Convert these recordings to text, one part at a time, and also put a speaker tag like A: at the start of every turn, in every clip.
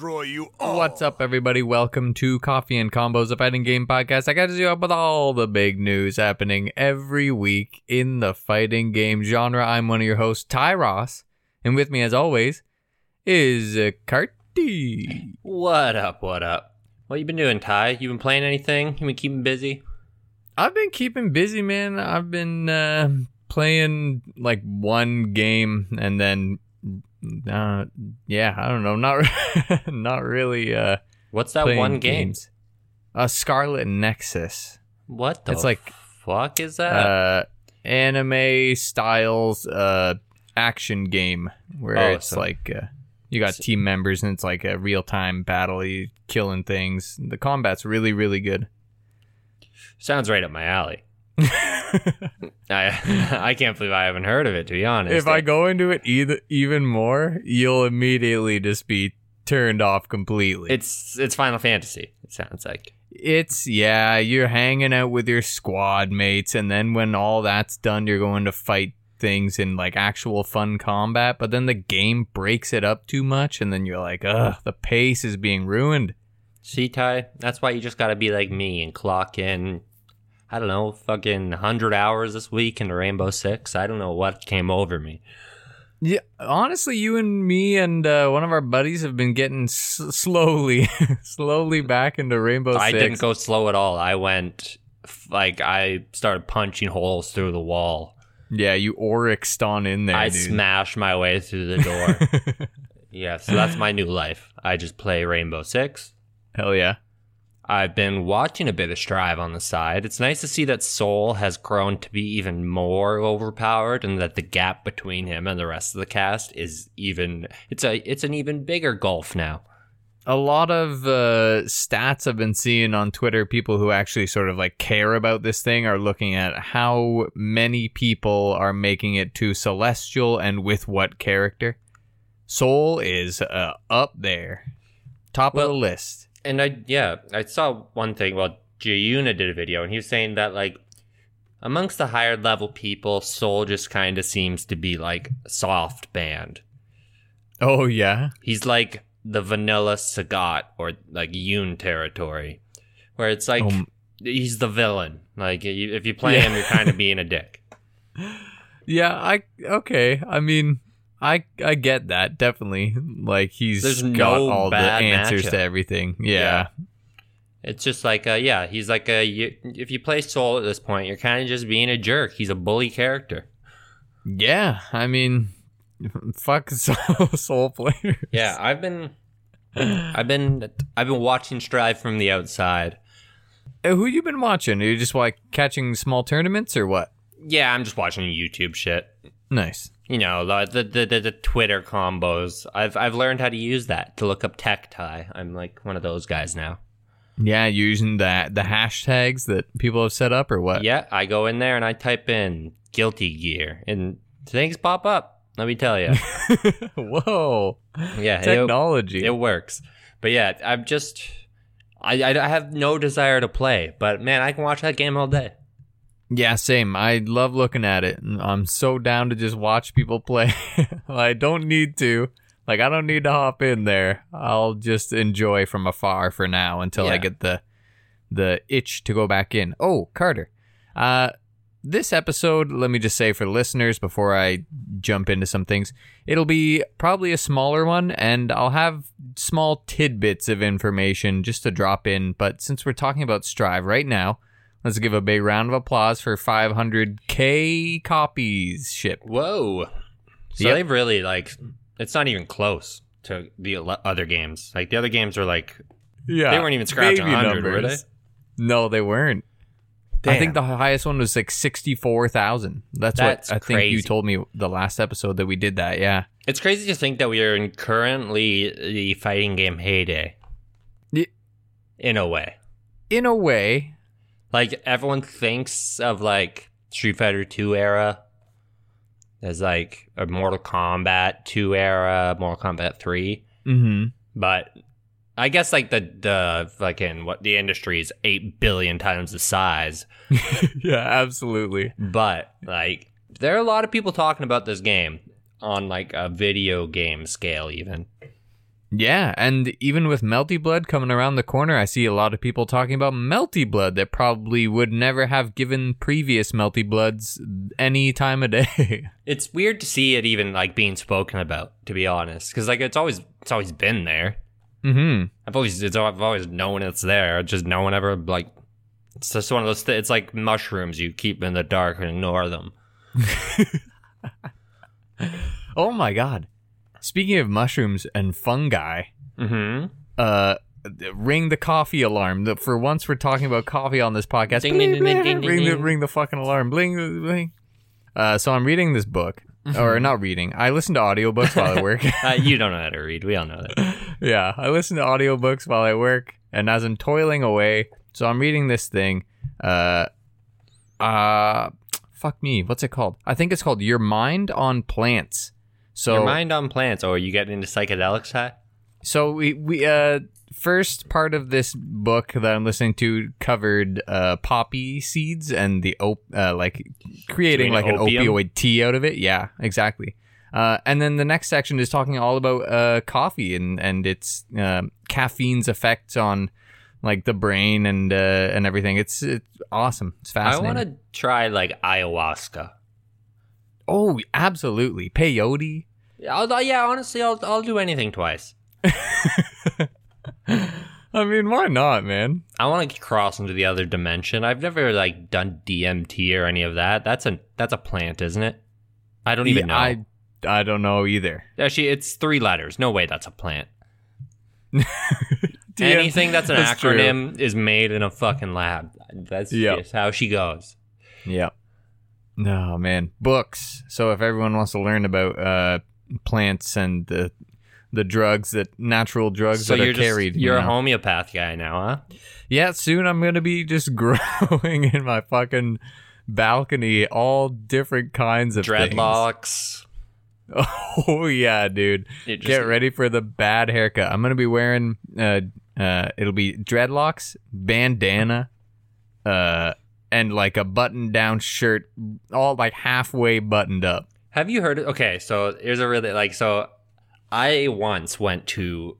A: you all.
B: What's up, everybody? Welcome to Coffee and Combos, a fighting game podcast. I got you up with all the big news happening every week in the fighting game genre. I'm one of your hosts, Ty Ross, and with me, as always, is uh, Carty.
C: What up? What up? What you been doing, Ty? You been playing anything? You been keeping busy?
B: I've been keeping busy, man. I've been uh, playing like one game, and then, uh, yeah, I don't know, not not really. Uh,
C: What's that
B: playing
C: one game?
B: games. Uh, Scarlet Nexus.
C: What the?
B: It's like-
C: fuck is that?
B: Uh, anime styles uh, action game where
C: Oh,
B: it's
C: so-
B: like uh, you got
C: so-
B: team members and it's like a real time battle, you killing things. The combat's really, really good.
C: Sounds right up my alley. I I can't believe I haven't heard of it. To be honest,
B: if I go into it either, even more, you'll immediately just be turned off completely.
C: it's it's Final Fantasy. It sounds like.
B: It's yeah, you're hanging out with your squad mates, and then when all that's done, you're going to fight things in like actual fun combat. But then the game breaks it up too much, and then you're like, ugh, the pace is being ruined.
C: See, Ty, that's why you just gotta be like me and clock in. I don't know, fucking hundred hours this week into Rainbow Six. I don't know what came over me.
B: Yeah, honestly, you and me and uh, one of our buddies have been getting s- slowly, slowly back into Rainbow
C: I
B: Six.
C: didn't go slow at all. I went f- like I started punching holes through the wall.
B: yeah, you oryxed on in there.
C: I
B: dude.
C: smashed my way through the door. yeah, so that's my new life. I just play Rainbow Six.
B: Hell yeah.
C: I've been watching a bit of Strive on the side. It's nice to see that Soul has grown to be even more overpowered and that the gap between him and the rest of the cast is even it's a it's an even bigger gulf now.
B: a lot of uh, stats I've been seeing on Twitter, people who actually sort of like care about this thing are looking at how many people are making it to Celestial and with what character. Soul is uh, up there, top of
C: Well-
B: the list.
C: And I yeah, I saw one thing. Well, Jayuna did a video, and he was saying that like amongst the higher level people, Soul just kind of seems to be like soft banned.
B: Oh yeah,
C: He's like the vanilla Sagat or like Yoon territory, where it's like
B: Um.
C: he's the villain. Like you- if you play
B: Yeah.
C: him, you're kind of being a dick.
B: yeah. I okay. I mean, I I get that definitely. Like he's
C: There's
B: got
C: no
B: all the
C: bad
B: answers
C: matchup.
B: to everything. yeah.
C: Yeah. It's just like uh, yeah, he's like a you, if you play Soul at this point, you're kind of just being a jerk. He's a bully character.
B: Yeah, I mean, fuck soul, soul players.
C: Yeah, I've been, I've been, I've been watching Strive from the outside.
B: Uh, Who you been watching? Are you just like catching small tournaments or what?
C: Yeah, I'm just watching YouTube shit.
B: Nice.
C: You know, the the the, the Twitter combos. I've I've learned how to use that to look up tech tie. I'm like one of those guys now.
B: Yeah, using the the hashtags that people have set up or what?
C: Yeah, I go in there and I type in guilty gear and things pop up. Let me tell you.
B: Whoa.
C: Yeah, it-
B: Technology.
C: It works. But yeah, I'm just. I, I I have no desire to play, but man, I can watch that game all day.
B: yeah, same. I love looking at it. and I'm so down to just watch people play. I don't need to. Like I don't need to hop in there. I'll just enjoy from afar for now until I
C: Yeah.
B: get the the itch to go back in. Oh, Carter. Uh this episode, let me just say for listeners before I jump into some things, it'll be probably a smaller one and I'll have small tidbits of information just to drop in, but since we're talking about Strive right now, let's give a big round of applause for 500k copies shipped.
C: Whoa. So
B: Yep.
C: they've really like it's not even close to the ele- other games. Like the other games are like
B: Yeah.
C: they weren't even scratching
B: Ah, baby
C: 100, were
B: numbers. No, they weren't. I think the highest one was like sixty-four thousand. That's,
C: That's
B: what I think you
C: crazy.
B: told me the last episode that we did that. Yeah,
C: it's crazy to think that we are in currently the fighting game heyday.
B: Ye-
C: In a way,
B: in a way,
C: like everyone thinks of like Street Fighter 2 era as like a Mortal Kombat 2 era, Mortal Kombat 3.
B: hmm
C: but I guess like the the fucking what the industry is eight billion times the size,
B: yeah, absolutely.
C: but like there are a lot of people talking about this game on like a video game scale even.
B: Yeah, and even with Melty Blood coming around the corner, I see a lot of people talking about Melty Blood that probably would never have given previous Melty Bloods any time of day.
C: It's weird to see it even like being spoken about, to be honest, because like it's always it's always been there.
B: hmm
C: I've always it's, I've always known it's there. Just no one ever like. It's just one of those. Th- it's like mushrooms. You keep in the dark and ignore them.
B: Oh my god. Speaking of mushrooms and fungi,
C: Mm-hmm.
B: uh, ring the coffee alarm. The, for once, we're talking about coffee on this podcast.
C: Ding, ding, ding, ding, ding, ding,
B: ring the
C: ding.
B: ring the fucking alarm. Bling bling. Uh, so I'm reading this book, or not reading. I listen to audiobooks while I work.
C: Uh, you don't know how to read. We all know that.
B: yeah, I listen to audiobooks while I work, and as I'm toiling away, so I'm reading this thing. Uh, uh, fuck me. What's it called? I think it's called Your Mind on Plants. So
C: Your mind on plants, or you get into psychedelics high.
B: so we we uh first part of this book that I'm listening to covered uh poppy seeds and the op- uh, like creating
C: Doing
B: like an
C: opium?
B: opioid tea out of it. Yeah, exactly. Uh, and then the next section is talking all about uh, coffee and and its um caffeine's effects on like the brain and uh, and everything. It's it's awesome. It's
C: I
B: fascinating.
C: want to try like ayahuasca.
B: Oh, absolutely. Peyote.
C: Yeah, I'll, yeah, honestly, I'll I'll do anything twice.
B: I mean, why not, man?
C: I want to cross into the other dimension. I've never like done DMT or any of that. That's a that's a plant, isn't it? I don't even know.
B: I I don't know either.
C: Actually, it's three letters. No way, that's a plant.
B: Yeah,
C: Anything that's an
B: that's true.
C: acronym is made in a fucking lab. That's
B: Yeah.
C: just how she goes.
B: Yep. No Oh, man, books. So if everyone wants to learn about uh, plants and the the drugs that natural drugs
C: So
B: that
C: you're
B: are
C: just,
B: carried, you
C: you're a
B: know.
C: homeopath guy now, huh?
B: Yeah, soon I'm gonna be just growing in my fucking balcony all different kinds of things.
C: Dreadlocks.
B: Oh yeah, dude.
C: It just-
B: Get ready for the bad haircut. I'm gonna be wearing uh uh it'll be dreadlocks, bandana, uh and like a button down shirt, all like halfway buttoned up.
C: Have you heard? Okay, so here's a really like so. I once went to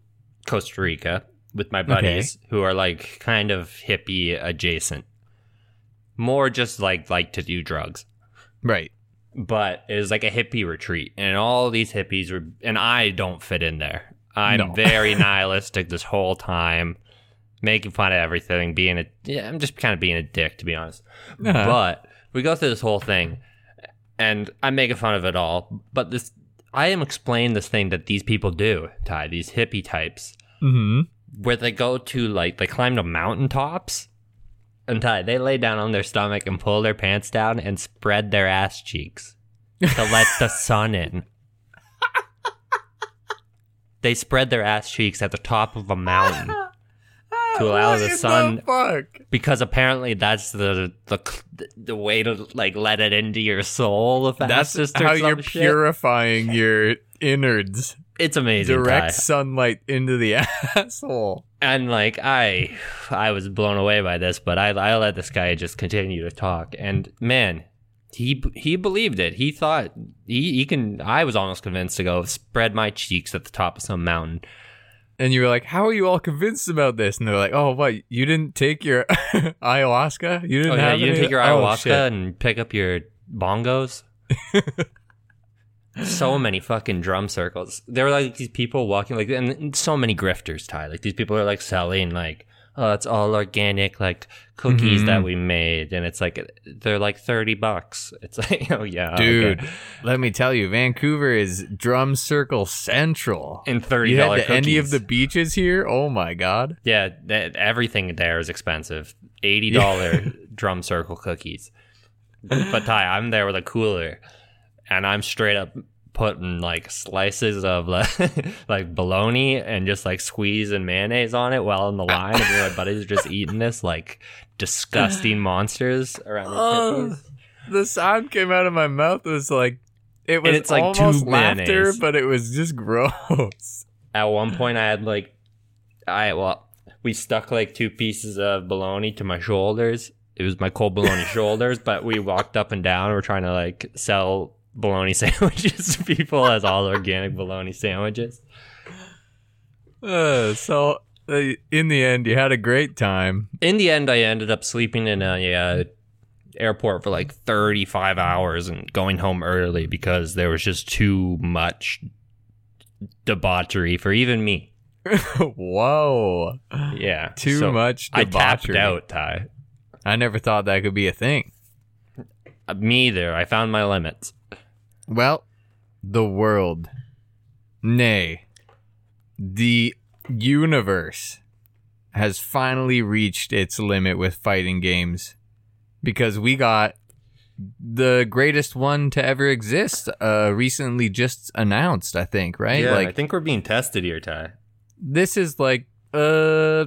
C: Costa Rica with my buddies who are like kind of hippie adjacent, more just like like to do drugs.
B: Right.
C: But it was like a hippie retreat, and all these hippies were, and I don't fit in there. I'm
B: No.
C: very nihilistic this whole time, making fun of everything, being a yeah, I'm just kind of being a dick to be honest.
B: Uh-huh.
C: But we go through this whole thing, and I'm making fun of it all. But this, I am explaining this thing that these people do, Ty, these hippie types,
B: hmm
C: where they go to like they climb to mountaintops, and Ty, they lay down on their stomach and pull their pants down and spread their ass cheeks to let the sun in. They spread their ass cheeks at the top of a mountain to allow the sun
B: fuck?
C: because apparently that's the the the way to like let it into your soul the
B: That's
C: fastest. or
B: how
C: some
B: you're
C: shit.
B: purifying your innards.
C: It's amazing.
B: Direct
C: Ty.
B: sunlight into the asshole.
C: And like I, I was blown away by this, but I I let this guy just continue to talk, and man. He, he believed it. He thought he, he can. I was almost convinced to go spread my cheeks at the top of some mountain.
B: And you were like, "How are you all convinced about this?" And they're like, "Oh, what? You didn't take your ayahuasca? You
C: Oh
B: didn't
C: yeah,
B: have
C: you didn't
B: any-
C: take your
B: Oh,
C: ayahuasca
B: shit.
C: and pick up your bongos. so many fucking drum circles. There were like these people walking like, and so many grifters, Ty. Like these people are like selling like, oh, it's all organic, like cookies
B: Mhm.
C: that we made, and it's like they're like thirty bucks. It's like, oh yeah, okay.
B: Dude, let me tell you, Vancouver is drum circle central.
C: and thirty
B: You
C: dollars.
B: head to any of the beaches here? Oh my god.
C: yeah, that, everything there is expensive. Eighty dollar drum circle cookies. But Ty, I'm there with a cooler, and I'm straight up putting like slices of like, like bologna and just like squeeze and mayonnaise on it while in the line, and me and my buddies are just eating this like disgusting monsters around. The
B: Ugh. the sound came out of my mouth was like it was
C: And it's like
B: almost
C: tube
B: laughter,
C: mayonnaise.
B: but it was just gross.
C: At one point, I had like, I well, we stuck like two pieces of bologna to my shoulders. It was my cold bologna shoulders, but we walked up and down. We're trying to like sell bologna sandwiches to people as all organic bologna sandwiches.
B: Uh, so uh, in the end, you had a great time.
C: In the end, I ended up sleeping in a uh, airport for like 35 hours and going home early because there was just too much debauchery for even me.
B: Whoa,
C: Yeah,
B: too
C: so
B: much
C: I
B: debauchery.
C: tapped out, Ty.
B: I never thought that could be a thing.
C: Uh, Me either. I found my limits.
B: Well, the world, nay, the universe has finally reached its limit with fighting games because we got the greatest one to ever exist uh recently just announced i think right like
C: I think we're being tested here, Ty.
B: this is like uh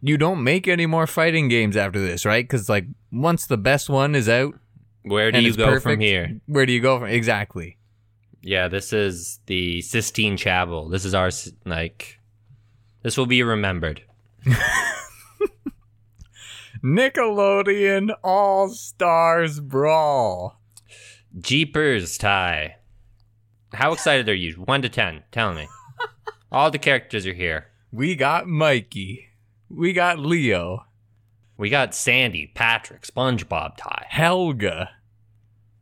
B: you don't make any more fighting games after this right because like once the best one is out
C: Where do
B: and
C: you
B: it's
C: go from
B: perfect,
C: here?
B: where do you go from exactly
C: Yeah, this is the Sistine Chapel. This is our s- like. This will be remembered.
B: nickelodeon all stars brawl
C: Jeepers, Ty. How excited are you? One to ten. Tell me. All the characters are here.
B: we got mikey we got leo
C: We got Sandy, Patrick, SpongeBob, Ty,
B: helga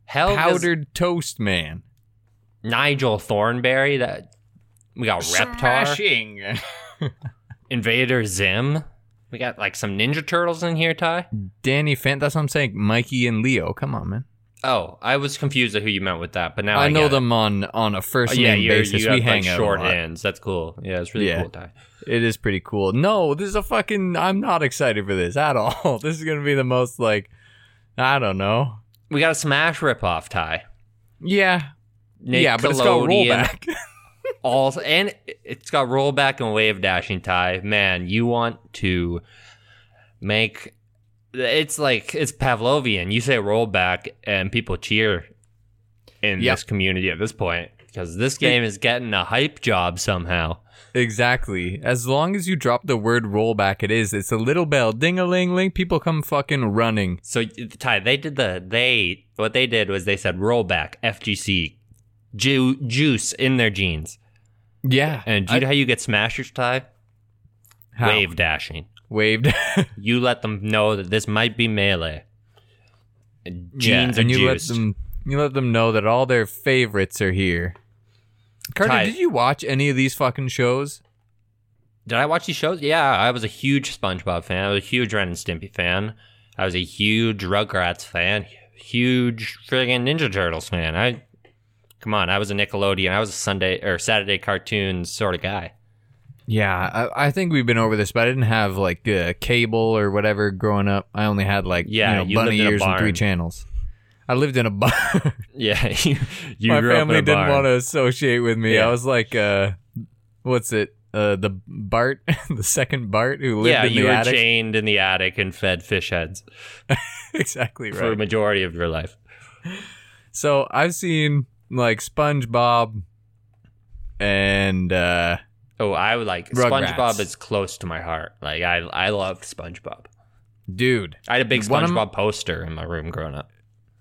C: Hell,
B: powdered toast man
C: Nigel Thornberry. That we got Reptar,
B: Smashing.
C: Invader Zim. We got like some Ninja Turtles in here, Ty.
B: danny fan that's what i'm saying mikey and leo come on man
C: Oh, I was confused at who you meant with that, but now I,
B: i know
C: get it.
B: them on on a first
C: Oh, yeah,
B: name
C: you're,
B: basis
C: you
B: we
C: have,
B: hang
C: like,
B: out a lot.
C: shorthands. That's cool. Yeah, it's really
B: Yeah.
C: cool, Ty.
B: It is pretty cool. No, this is a fucking. I'm not excited for this at all. This is gonna be the most like, I don't know.
C: We got a Smash ripoff, Ty.
B: Yeah, yeah, but it's got
C: Nickelodeon,
B: rollback.
C: all and it's got rollback and wave dashing tie. Man, you want to make it's like it's Pavlovian. You say rollback and people cheer in
B: Yep.
C: this community at this point because this game is getting a hype job somehow.
B: exactly. As long as you drop the word rollback, it is. It's a little bell, ding a ling ling. People come fucking running.
C: So Ty, they did the they what they did was they said rollback FGC ju- juice in their jeans.
B: Yeah,
C: And do you know how you get smashers tie?
B: How?
C: Wave dashing.
B: waved.
C: you let them know that this might be melee.
B: Yeah,
C: Jeans
B: and
C: are
B: you
C: juiced.
B: let them. You let them know that all their favorites are here. Carter,
C: Ty-
B: did you watch any of these fucking shows?
C: Did I watch these shows? Yeah, I was a huge SpongeBob fan. I was a huge Ren and Stimpy fan. I was a huge Rugrats fan. Huge friggin' Ninja Turtles fan. I come on. I was a Nickelodeon. I was a Sunday or Saturday cartoons sort of guy.
B: Yeah, I, I think we've been over this, but I didn't have like uh, cable or whatever growing up. I only had like
C: Yeah,
B: you know,
C: you
B: bunny
C: lived in a
B: ears and three
C: barn.
B: channels. I lived in a barn.
C: Yeah, you, you
B: My
C: grew up in
B: family
C: a
B: didn't
C: barn.
B: want to associate with me.
C: Yeah.
B: I was like, uh, what's it? Uh, the Bart, the second Bart who lived
C: Yeah,
B: in
C: you
B: the
C: were
B: attic.
C: chained in the attic and fed fish heads
B: exactly
C: for a
B: right.
C: majority of your life.
B: So I've seen like SpongeBob and uh,
C: Oh, I would like
B: Rugrats.
C: SpongeBob is close to my heart. Like I, I loved SpongeBob.
B: dude,
C: I had a big
B: One of
C: SpongeBob
B: m-
C: poster in my room growing up.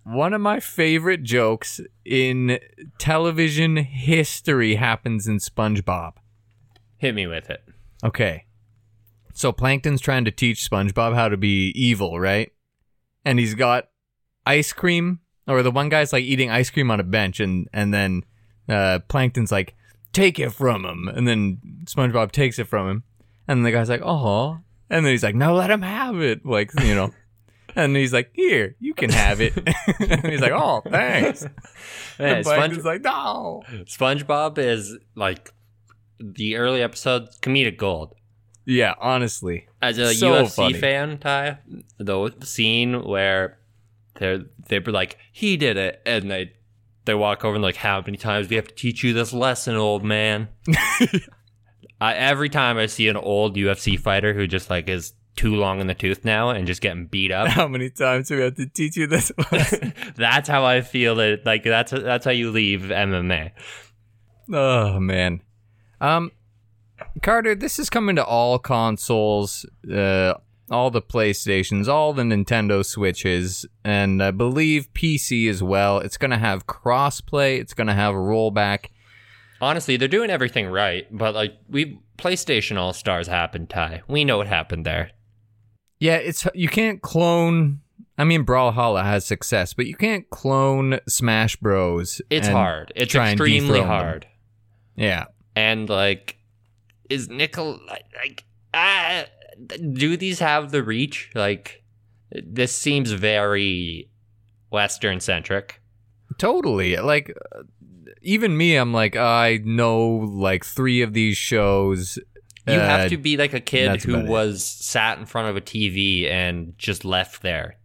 B: One of my favorite jokes in television history happens in SpongeBob.
C: Hit me with it.
B: Okay. So Plankton's trying to teach SpongeBob how to be evil, right? And he's got ice cream, or the one guy's like eating ice cream on a bench, and and then uh, Plankton's like, "Take it from him," and then SpongeBob takes it from him, and the guy's like, "Oh," and then he's like, "No, let him have it," like you know. And he's like, "Here, you can have it." and he's like, "Oh, thanks."
C: Yeah,
B: and
C: Sponge-
B: Plankton's like, "No."
C: SpongeBob is like the early episode comedic gold.
B: Yeah, honestly,
C: As a
B: So
C: UFC
B: funny.
C: fan, Ty, the scene where they're they were like, he did it, and they they walk over and like, how many times do we have to teach you this lesson, old man? I, every time I see an old UFC fighter who just like is too long in the tooth now and just getting beat up,
B: how many times do we have to teach you this?
C: that's how I feel it. Like that's that's how you leave MMA.
B: Oh man. Um Carter, this is coming to all consoles, uh all the PlayStations, all the Nintendo Switches, and I believe PC as well. It's going to have crossplay, it's going to have rollback.
C: Honestly, they're doing everything right, but like we PlayStation All Stars happened, Ty. We know what happened there.
B: Yeah, it's you can't clone. I mean, Brawlhalla has success, but you can't clone Smash Bros.
C: It's
B: and-
C: hard. It's
B: try and
C: extremely
B: dethrone them.
C: hard.
B: Yeah,
C: And like, is Nickel like? ah, do these have the reach? Like, this seems very Western centric.
B: totally. Like, uh, even me, I'm like, I know like three of these shows.
C: You
B: Uh,
C: have to be like a kid
B: that's
C: who
B: about it.
C: was sat in front of a TV and just left there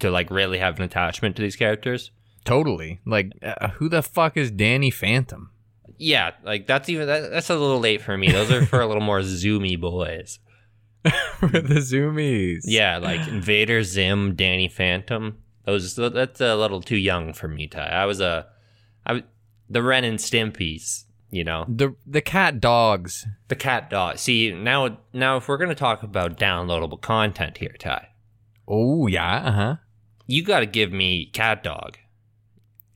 C: to like really have an attachment to these characters.
B: Totally. Like, uh, who the fuck is Danny Phantom?
C: Yeah, like that's even that, that's a little late for me. Those are for a little more zoomy boys.
B: For the Zoomies.
C: Yeah, like Invader Zim, Danny Phantom. Those that's a little too young for me. Ty, I was a, I was- the Ren and Stimpy's. You know,
B: The the cat dogs.
C: the cat dog. See now, now if we're gonna talk about downloadable content here, Ty,
B: Oh yeah. Uh huh.
C: you got to give me cat dog.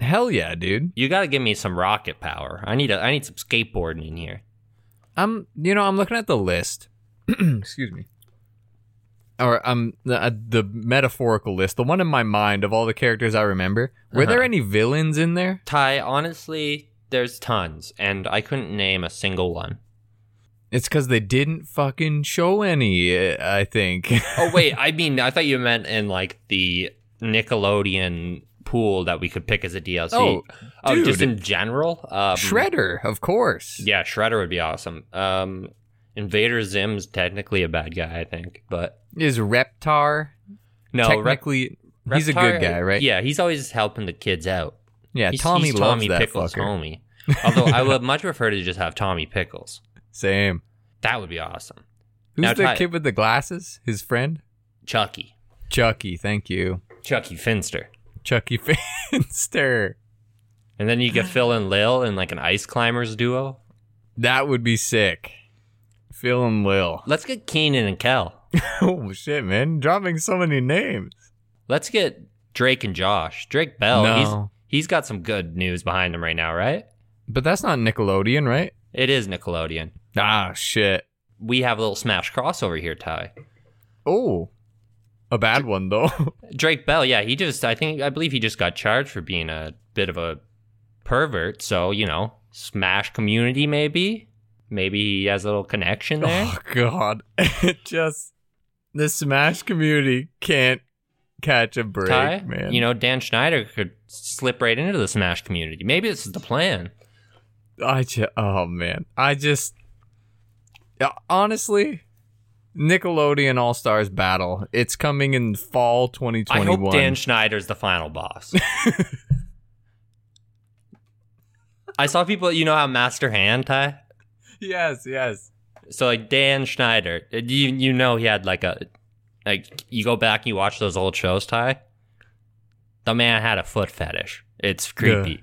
B: Hell yeah, dude.
C: You got to give me some rocket power. I need a, I need some skateboarding in here.
B: I'm you know I'm looking at the list. Excuse me. Or um the uh, the metaphorical list, the one in my mind of all the characters I remember. Were there
C: Uh-huh.
B: any villains in there?
C: Ty, honestly, there's tons, and I couldn't name a single one.
B: It's because they didn't fucking show any. uh, I think.
C: oh wait, I mean, I thought you meant in like the Nickelodeon pool that we could pick as a DLC.
B: Oh, dude.
C: just in general. Um,
B: Shredder, of course.
C: Yeah, Shredder would be awesome. Um, Invader Zim's technically a bad guy, I think, but
B: Is Reptar
C: no, Rep-
B: technically? he's a good
C: Reptar-
B: guy, right?
C: Yeah, he's always helping the kids out.
B: Yeah,
C: He's,
B: Tommy
C: he's
B: loves
C: Tommy
B: that
C: Pickles,
B: fucker.
C: homie. Although I would much prefer to just have Tommy Pickles.
B: Same.
C: That would be awesome.
B: Who's
C: Now,
B: the
C: Ty-
B: kid with the glasses? His friend?
C: Chucky,
B: Chucky, thank you.
C: Chucky Finster,
B: Chucky Finster.
C: and then you get Phil and Lil in like an ice climbers duo.
B: That would be sick. Phil and Lil.
C: Let's get Keenan and Kel.
B: oh shit, man. Dropping so many names.
C: Let's get Drake and Josh. Drake Bell.
B: No.
C: He's, he's got some good news behind him right now, right?
B: But that's not Nickelodeon, right?
C: It is Nickelodeon.
B: Ah shit.
C: We have a little smash crossover here, Ty.
B: Oh. A bad one though.
C: Drake Bell, yeah, he just, I think, I believe he just got charged for being a bit of a pervert. So, you know, smash community, maybe. Maybe he has a little connection there.
B: oh god. It just the Smash community can't catch a break,
C: Ty,
B: Oh, man.
C: you know, Dan Schneider could slip right into the smash community. Maybe this is the plan.
B: I just, oh man, I just Yeah, honestly, Nickelodeon All Stars Battle. It's coming in fall 2021.
C: I hope Dan Schneider's the final boss. I saw people, you know how Master Hand Ty?
B: yes, yes.
C: So like Dan Schneider, you you know he had like a like you go back and you watch those old shows, Ty. The man had a foot fetish. It's creepy.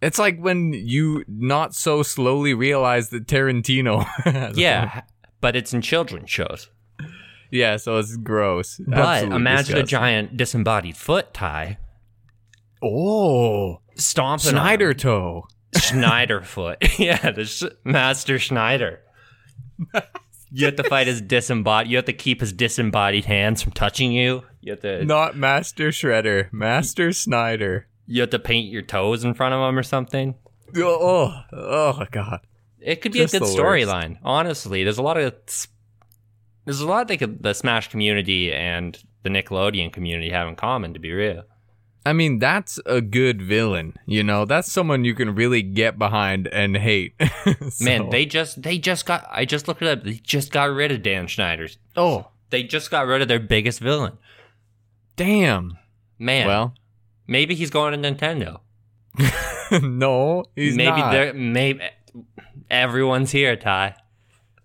B: It's like when you not so slowly realize that Tarantino. has a-
C: Yeah, but it's in children's shows.
B: yeah. So it's gross.
C: But imagine a giant disembodied foot, Ty,
B: Oh,
C: stomping on
B: Snyder toe.
C: Schneider foot. yeah, the sh- Master Schneider. You have to fight his disembodied. You have to keep his disembodied hands from touching you. You have to.
B: Not Master Shredder. Master Snyder.
C: You have to paint your toes in front of him or something.
B: Oh, oh, oh God.
C: It could be
B: Just
C: a good
B: the worst.
C: storyline. Honestly, there's a lot of there's a lot they could the Smash community and the Nickelodeon community have in common. To be real,
B: I mean, that's a good villain. You know, that's someone you can really get behind and hate. So-
C: man, they just they just got. I just looked it up. They just got rid of Dan Schneider's.
B: Oh,
C: They just got rid of their biggest villain.
B: damn.
C: Man, well,
B: Well,
C: maybe he's going to Nintendo.
B: no, he's
C: maybe
B: not.
C: they're maybe everyone's here, Ty.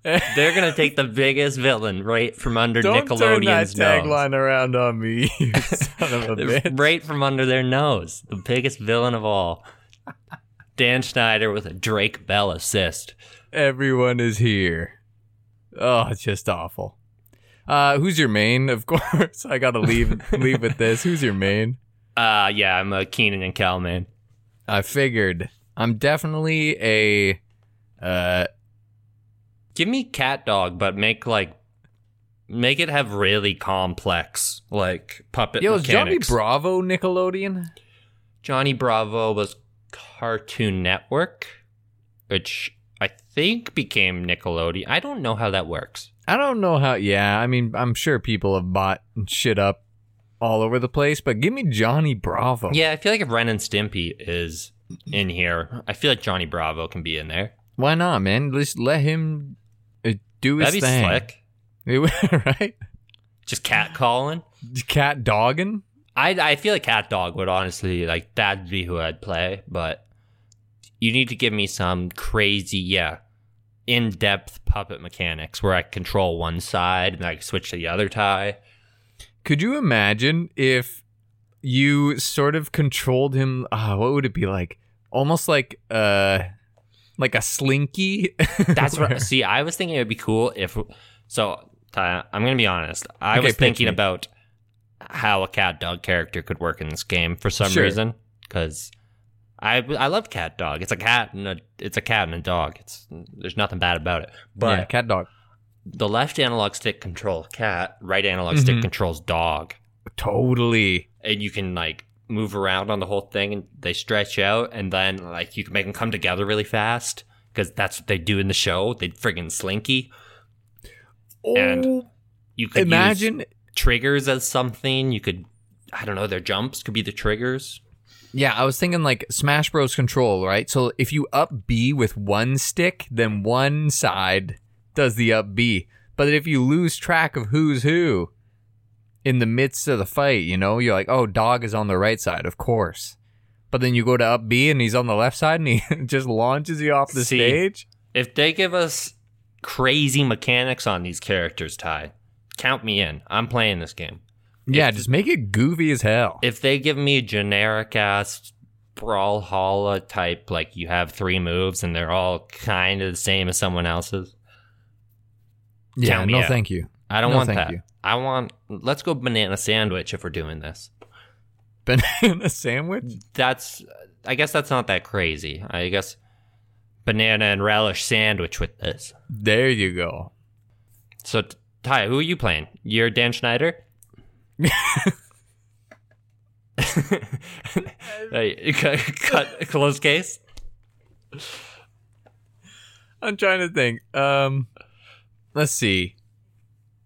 C: they're gonna take the biggest villain right from under
B: Don't turn that
C: Nickelodeon's nose.
B: tagline around on me, you son of a bitch.
C: Right from under their nose. The biggest villain of all. Dan Schneider with a Drake Bell assist.
B: Everyone is here. Oh, it's just awful. Uh, who's your main? Of course, I gotta leave leave with this. Who's your main?
C: Uh yeah, I'm a Keenan and Cal man.
B: I figured. I'm definitely a uh
C: Give me cat dog, but make like make it have really complex like puppet
B: yo, is Johnny
C: mechanics.
B: Bravo Nickelodeon.
C: Johnny Bravo was Cartoon Network, which I think became Nickelodeon. I don't know how that works.
B: I don't know how. Yeah, I mean, I'm sure people have bought shit up all over the place, but give me Johnny Bravo.
C: Yeah, I feel like if Ren and Stimpy is in here, I feel like Johnny Bravo can be in there.
B: Why not, man? Just let him uh, do his
C: That'd be
B: thing.
C: slick.
B: right?
C: Just cat calling.
B: Cat dogging.
C: I I feel like Cat Dog would honestly like that'd be who I'd play, but you need to give me some crazy, yeah, in depth puppet mechanics where I control one side and I can switch to the other tie.
B: Could you imagine if you sort of controlled him? Ah, what would it be like? Almost like uh, like a slinky.
C: That's what see, I was thinking it would be cool if so Ty, I'm gonna be honest. I
B: Okay,
C: was
B: pitch
C: thinking
B: me.
C: about how a cat dog character could work in this game for some
B: Sure.
C: reason. Because I I love cat dog. It's a cat and a it's a cat and a dog. It's there's nothing bad about it. But
B: yeah, cat dog.
C: the left analog stick controls cat, right analog stick
B: Mhm.
C: controls dog,
B: Totally.
C: and you can like move around on the whole thing, and they stretch out, and then like you can make them come together really fast because that's what they do in the show. They friggin' slinky. And
B: Oh,
C: You could imagine
B: imagine.
C: triggers as something. You could, I don't know, their jumps could be the triggers.
B: Yeah, I was thinking like Smash Bros. control, right? So if you up B with one stick, then one side does the up B. But if you lose track of who's who in the midst of the fight, you know, you're like, oh, dog is on the right side, of course. But then you go to up B and he's on the left side and he just launches you off the
C: See?
B: stage.
C: If they give us crazy mechanics on these characters, Ty, count me in. I'm playing this game.
B: Yeah, just make it goofy as hell.
C: if they give me generic ass brawlhalla type, like you have three moves and they're all kind of the same as someone else's,
B: yeah,
C: count me
B: no,
C: out.
B: thank you.
C: I don't
B: No,
C: want
B: thank
C: that.
B: you.
C: I want let's go banana sandwich if we're doing this.
B: Banana sandwich?
C: That's I guess that's not that crazy. I guess banana and relish sandwich with this.
B: There you go.
C: So t- Ty, who are you playing? You're Dan Schneider. Hey, cut, cut close case.
B: I'm trying to think. Um, let's see.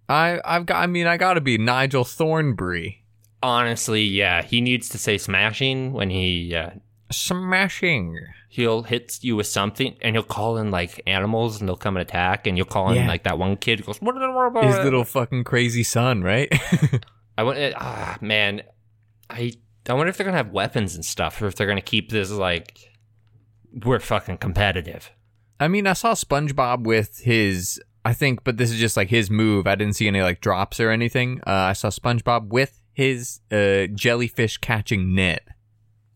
B: I I've got. I mean, I got to be Nigel Thornbury.
C: Honestly, yeah, he needs to say smashing when he uh,
B: Smashing.
C: he'll hit you with something, and he'll call in like animals, and they'll come and attack, and you'll call in
B: Yeah.
C: like that one kid who goes
B: His little fucking crazy son, right?
C: I want ah man, I I wonder if they're gonna have weapons and stuff, or if they're gonna keep this like we're fucking competitive.
B: I mean, I saw SpongeBob with his. I think, but this is just like his move. I didn't see any like drops or anything. Uh, I saw SpongeBob with his uh, jellyfish catching net.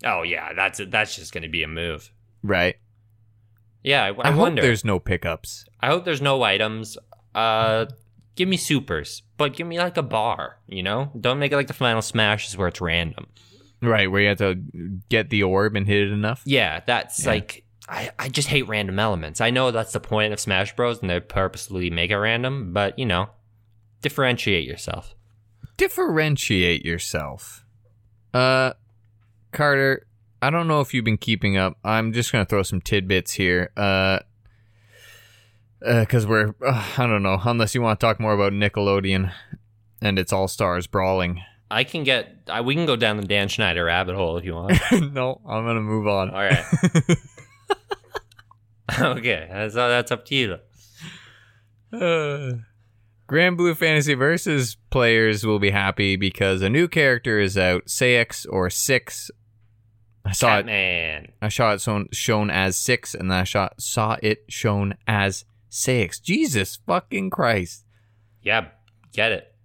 C: Oh yeah, that's it. That's just gonna be a move.
B: Right.
C: Yeah, I, I
B: hope
C: wonder.
B: there's no pickups.
C: I hope there's no items. Uh, give me supers, but give me like a bar. You know, don't make it like the final smash is where it's random.
B: Right where you have to get the orb and hit it enough.
C: Yeah, that's
B: Yeah.
C: like I, I just hate random elements. I know that's the point of Smash Bros. and they purposely make it random, but you know, differentiate yourself.
B: differentiate yourself. Uh, Carter, I don't know if you've been keeping up. I'm just gonna throw some tidbits here. Uh, because we're uh, I don't know unless you want to talk more about Nickelodeon and its All Stars brawling.
C: I can get I, we can go down the Dan Schneider rabbit hole if you want.
B: no, I'm gonna move on.
C: All right. okay, that's that's up to you.
B: Uh, Grand Blue Fantasy Versus players will be happy because a new character is out, Sayx or Six. I saw it
C: Catman.
B: I saw it shown, shown as six, and then I shot, saw it shown as six. Jesus fucking Christ.
C: Yeah, get it.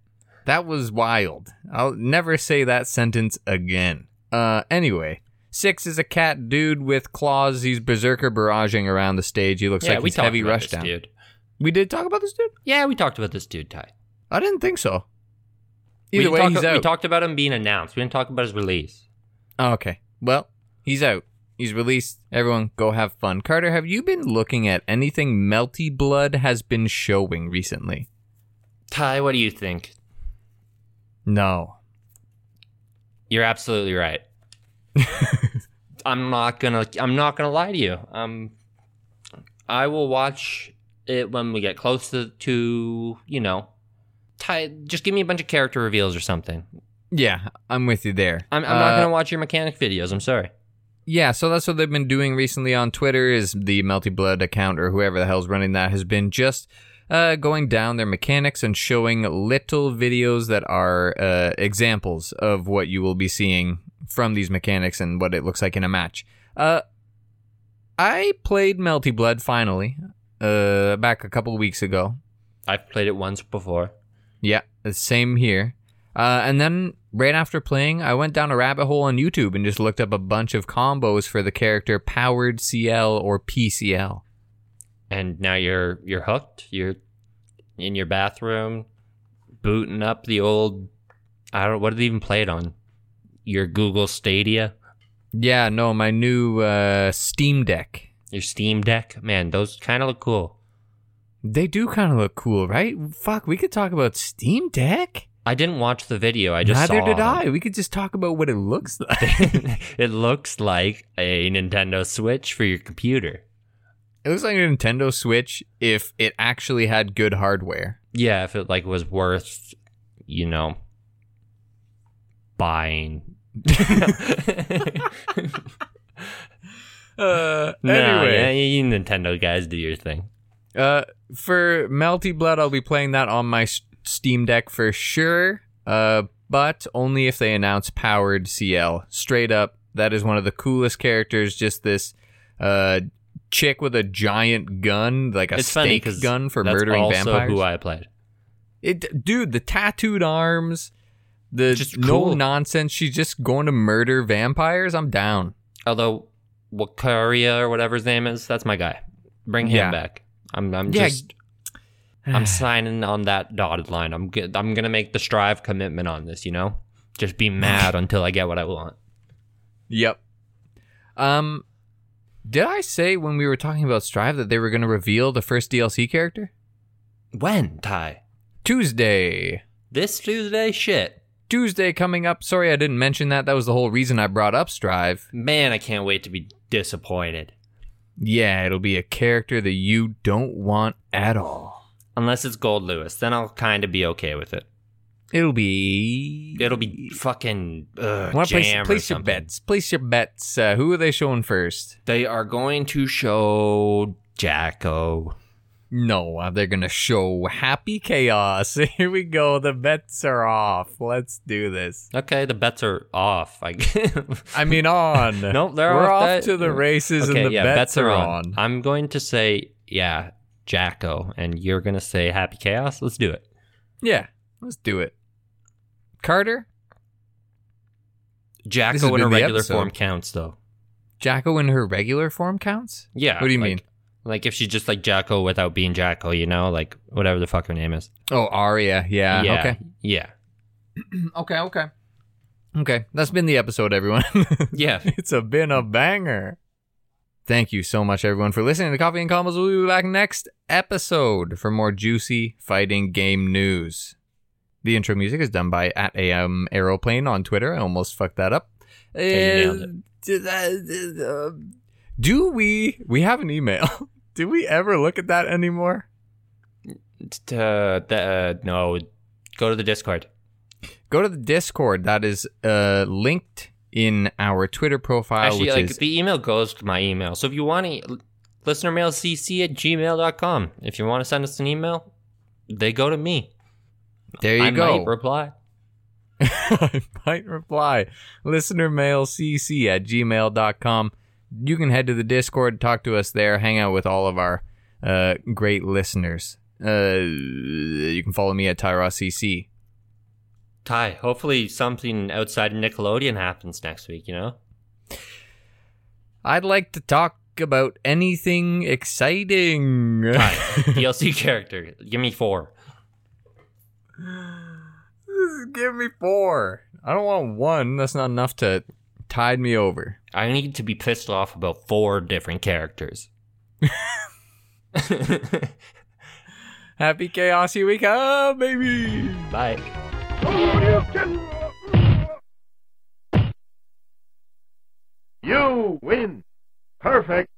B: That was wild. I'll never say that sentence again. Uh, anyway, six is a cat dude with claws. He's berserker barraging around the stage. He looks
C: yeah,
B: like
C: we
B: he's
C: talked
B: heavy
C: about
B: rush
C: this
B: down.
C: dude.
B: We did talk about this dude?
C: Yeah, we talked about this dude, Ty.
B: I didn't think so.
C: We
B: Either
C: didn't
B: way,
C: talk-
B: he's out.
C: We talked about him being announced. We didn't talk about his release.
B: Oh, okay. Well, he's out. He's released. Everyone, go have fun. Carter, have you been looking at anything Melty Blood has been showing recently?
C: Ty, what do you think?
B: No.
C: You're absolutely right. I'm not gonna. I'm not gonna lie to you. Um, I will watch it when we get close to, to you know. Ty, just give me a bunch of character reveals or something.
B: Yeah, I'm with you there.
C: I'm, I'm not
B: Uh,
C: gonna watch your mechanic videos. I'm sorry.
B: Yeah, so that's what they've been doing recently on Twitter is the Melty Blood account or whoever the hell's running that has been just uh, going down their mechanics and showing little videos that are uh, examples of what you will be seeing from these mechanics and what it looks like in a match. Uh, I played Melty Blood finally uh, back a couple weeks ago.
C: I've played it once before.
B: Yeah, the same here. Uh, and then right after playing, I went down a rabbit hole on YouTube and just looked up a bunch of combos for the character powered CL or PCL.
C: and now you're you're hooked. You're in your bathroom, booting up the old. I don't. What did they even play it on? Your Google Stadia,
B: Yeah, no, my new uh, Steam Deck.
C: your Steam Deck. Man, those kind of look cool.
B: They do kind of look cool, right? Fuck, we could talk about Steam Deck.
C: I didn't watch the video. I just
B: Neither
C: saw
B: did
C: them.
B: I. We could just talk about what it looks like.
C: it looks like a Nintendo Switch for your computer.
B: it looks like a Nintendo Switch if it actually had good hardware.
C: Yeah, if it like was worth, you know, buying.
B: Uh,
C: Nah, yeah, you Nintendo guys do your thing.
B: Uh, for Melty Blood, I'll be playing that on my S- Steam Deck for sure. Uh, but only if they announce powered CL. Straight up, that is one of the coolest characters. Just this, uh, chick with a giant gun, like a
C: It's funny
B: steak
C: 'cause
B: gun for
C: That's
B: murdering
C: also
B: vampires.
C: who I played.
B: it, dude, the tattooed arms, the
C: Just
B: no
C: cool.
B: nonsense. She's just going to murder vampires. I'm down.
C: Although Wakaria or whatever his name is, that's my guy. Bring him
B: Yeah.
C: back. I'm I'm
B: Yeah.
C: just I'm signing on that dotted line. I'm good. I'm gonna make the strive commitment on this. You know, just be mad until I get what I want.
B: Yep. Um, did I say when we were talking about Strive that they were going to reveal the first DLC character?
C: When Ty
B: Tuesday.
C: this Tuesday? Shit,
B: Tuesday coming up. Sorry I didn't mention that. That was the whole reason I brought up Strive.
C: man, I can't wait to be disappointed.
B: Yeah, it'll be a character that you don't want at all.
C: Unless it's Gold Lewis, then I'll kind of be okay with it.
B: It'll be.
C: It'll be fucking ugh,
B: Wanna place,
C: jam or
B: place your
C: something.
B: bets. Place your bets. Uh, who are they showing first?
C: They are going to show Jacko.
B: No, uh, they're gonna show Happy Chaos. Here we go. The bets are off. Let's do this.
C: Okay, the bets are off. I
B: I mean, on.
C: nope, they're
B: We're
C: off,
B: off
C: that-
B: to the races
C: Okay,
B: and the
C: yeah,
B: bets, are on. Uh,
C: on. I'm going to say yeah, Jacko, and you're gonna say Happy Chaos. Let's do it.
B: Yeah, let's do it. Carter, has
C: Jacko
B: been
C: in a
B: the
C: regular
B: episode.
C: form counts though.
B: Jacko in her regular form counts?
C: Yeah.
B: What do you
C: like-
B: mean?
C: Like if she's just like Jacko without being Jacko, you know, like whatever the fuck her name is.
B: Oh, Aria. Yeah.
C: yeah.
B: Okay.
C: Yeah.
B: okay. Okay. Okay. That's been the episode, everyone.
C: Yeah.
B: it's a been a banger. Thank you so much, everyone, for listening to Coffee and Combos. We'll be back next episode for more juicy fighting game news. The intro music is done by at AM Aeroplane on Twitter. I almost fucked that up.
C: you nailed it.
B: it. Do we? We have an email. Do we ever look at that anymore?
C: T- uh, the, uh, no, go to the Discord.
B: Go to the Discord. That is uh, linked in our Twitter profile,
C: Actually,
B: Uh, which
C: like
B: is
C: the email goes to my email. So if you want to, listener mail cc at gmail.com. If you want to send us an email, they go to me.
B: there. You
C: I
B: go.
C: might reply.
B: I might reply. Listener mail cc at gmail.com. You can head to the Discord, talk to us there, hang out with all of our uh, great listeners. Uh, you can follow me at TyraCC.
C: Ty, hopefully something outside of Nickelodeon happens next week, you know?
B: I'd like to talk about anything exciting.
C: Ty, DLC character. Give me four.
B: Give me four. I don't want one. That's not enough to Tide me over.
C: I need to be pissed off about four different characters.
B: Happy Chaos Week, ah, baby!
C: Bye.
A: You win. Perfect.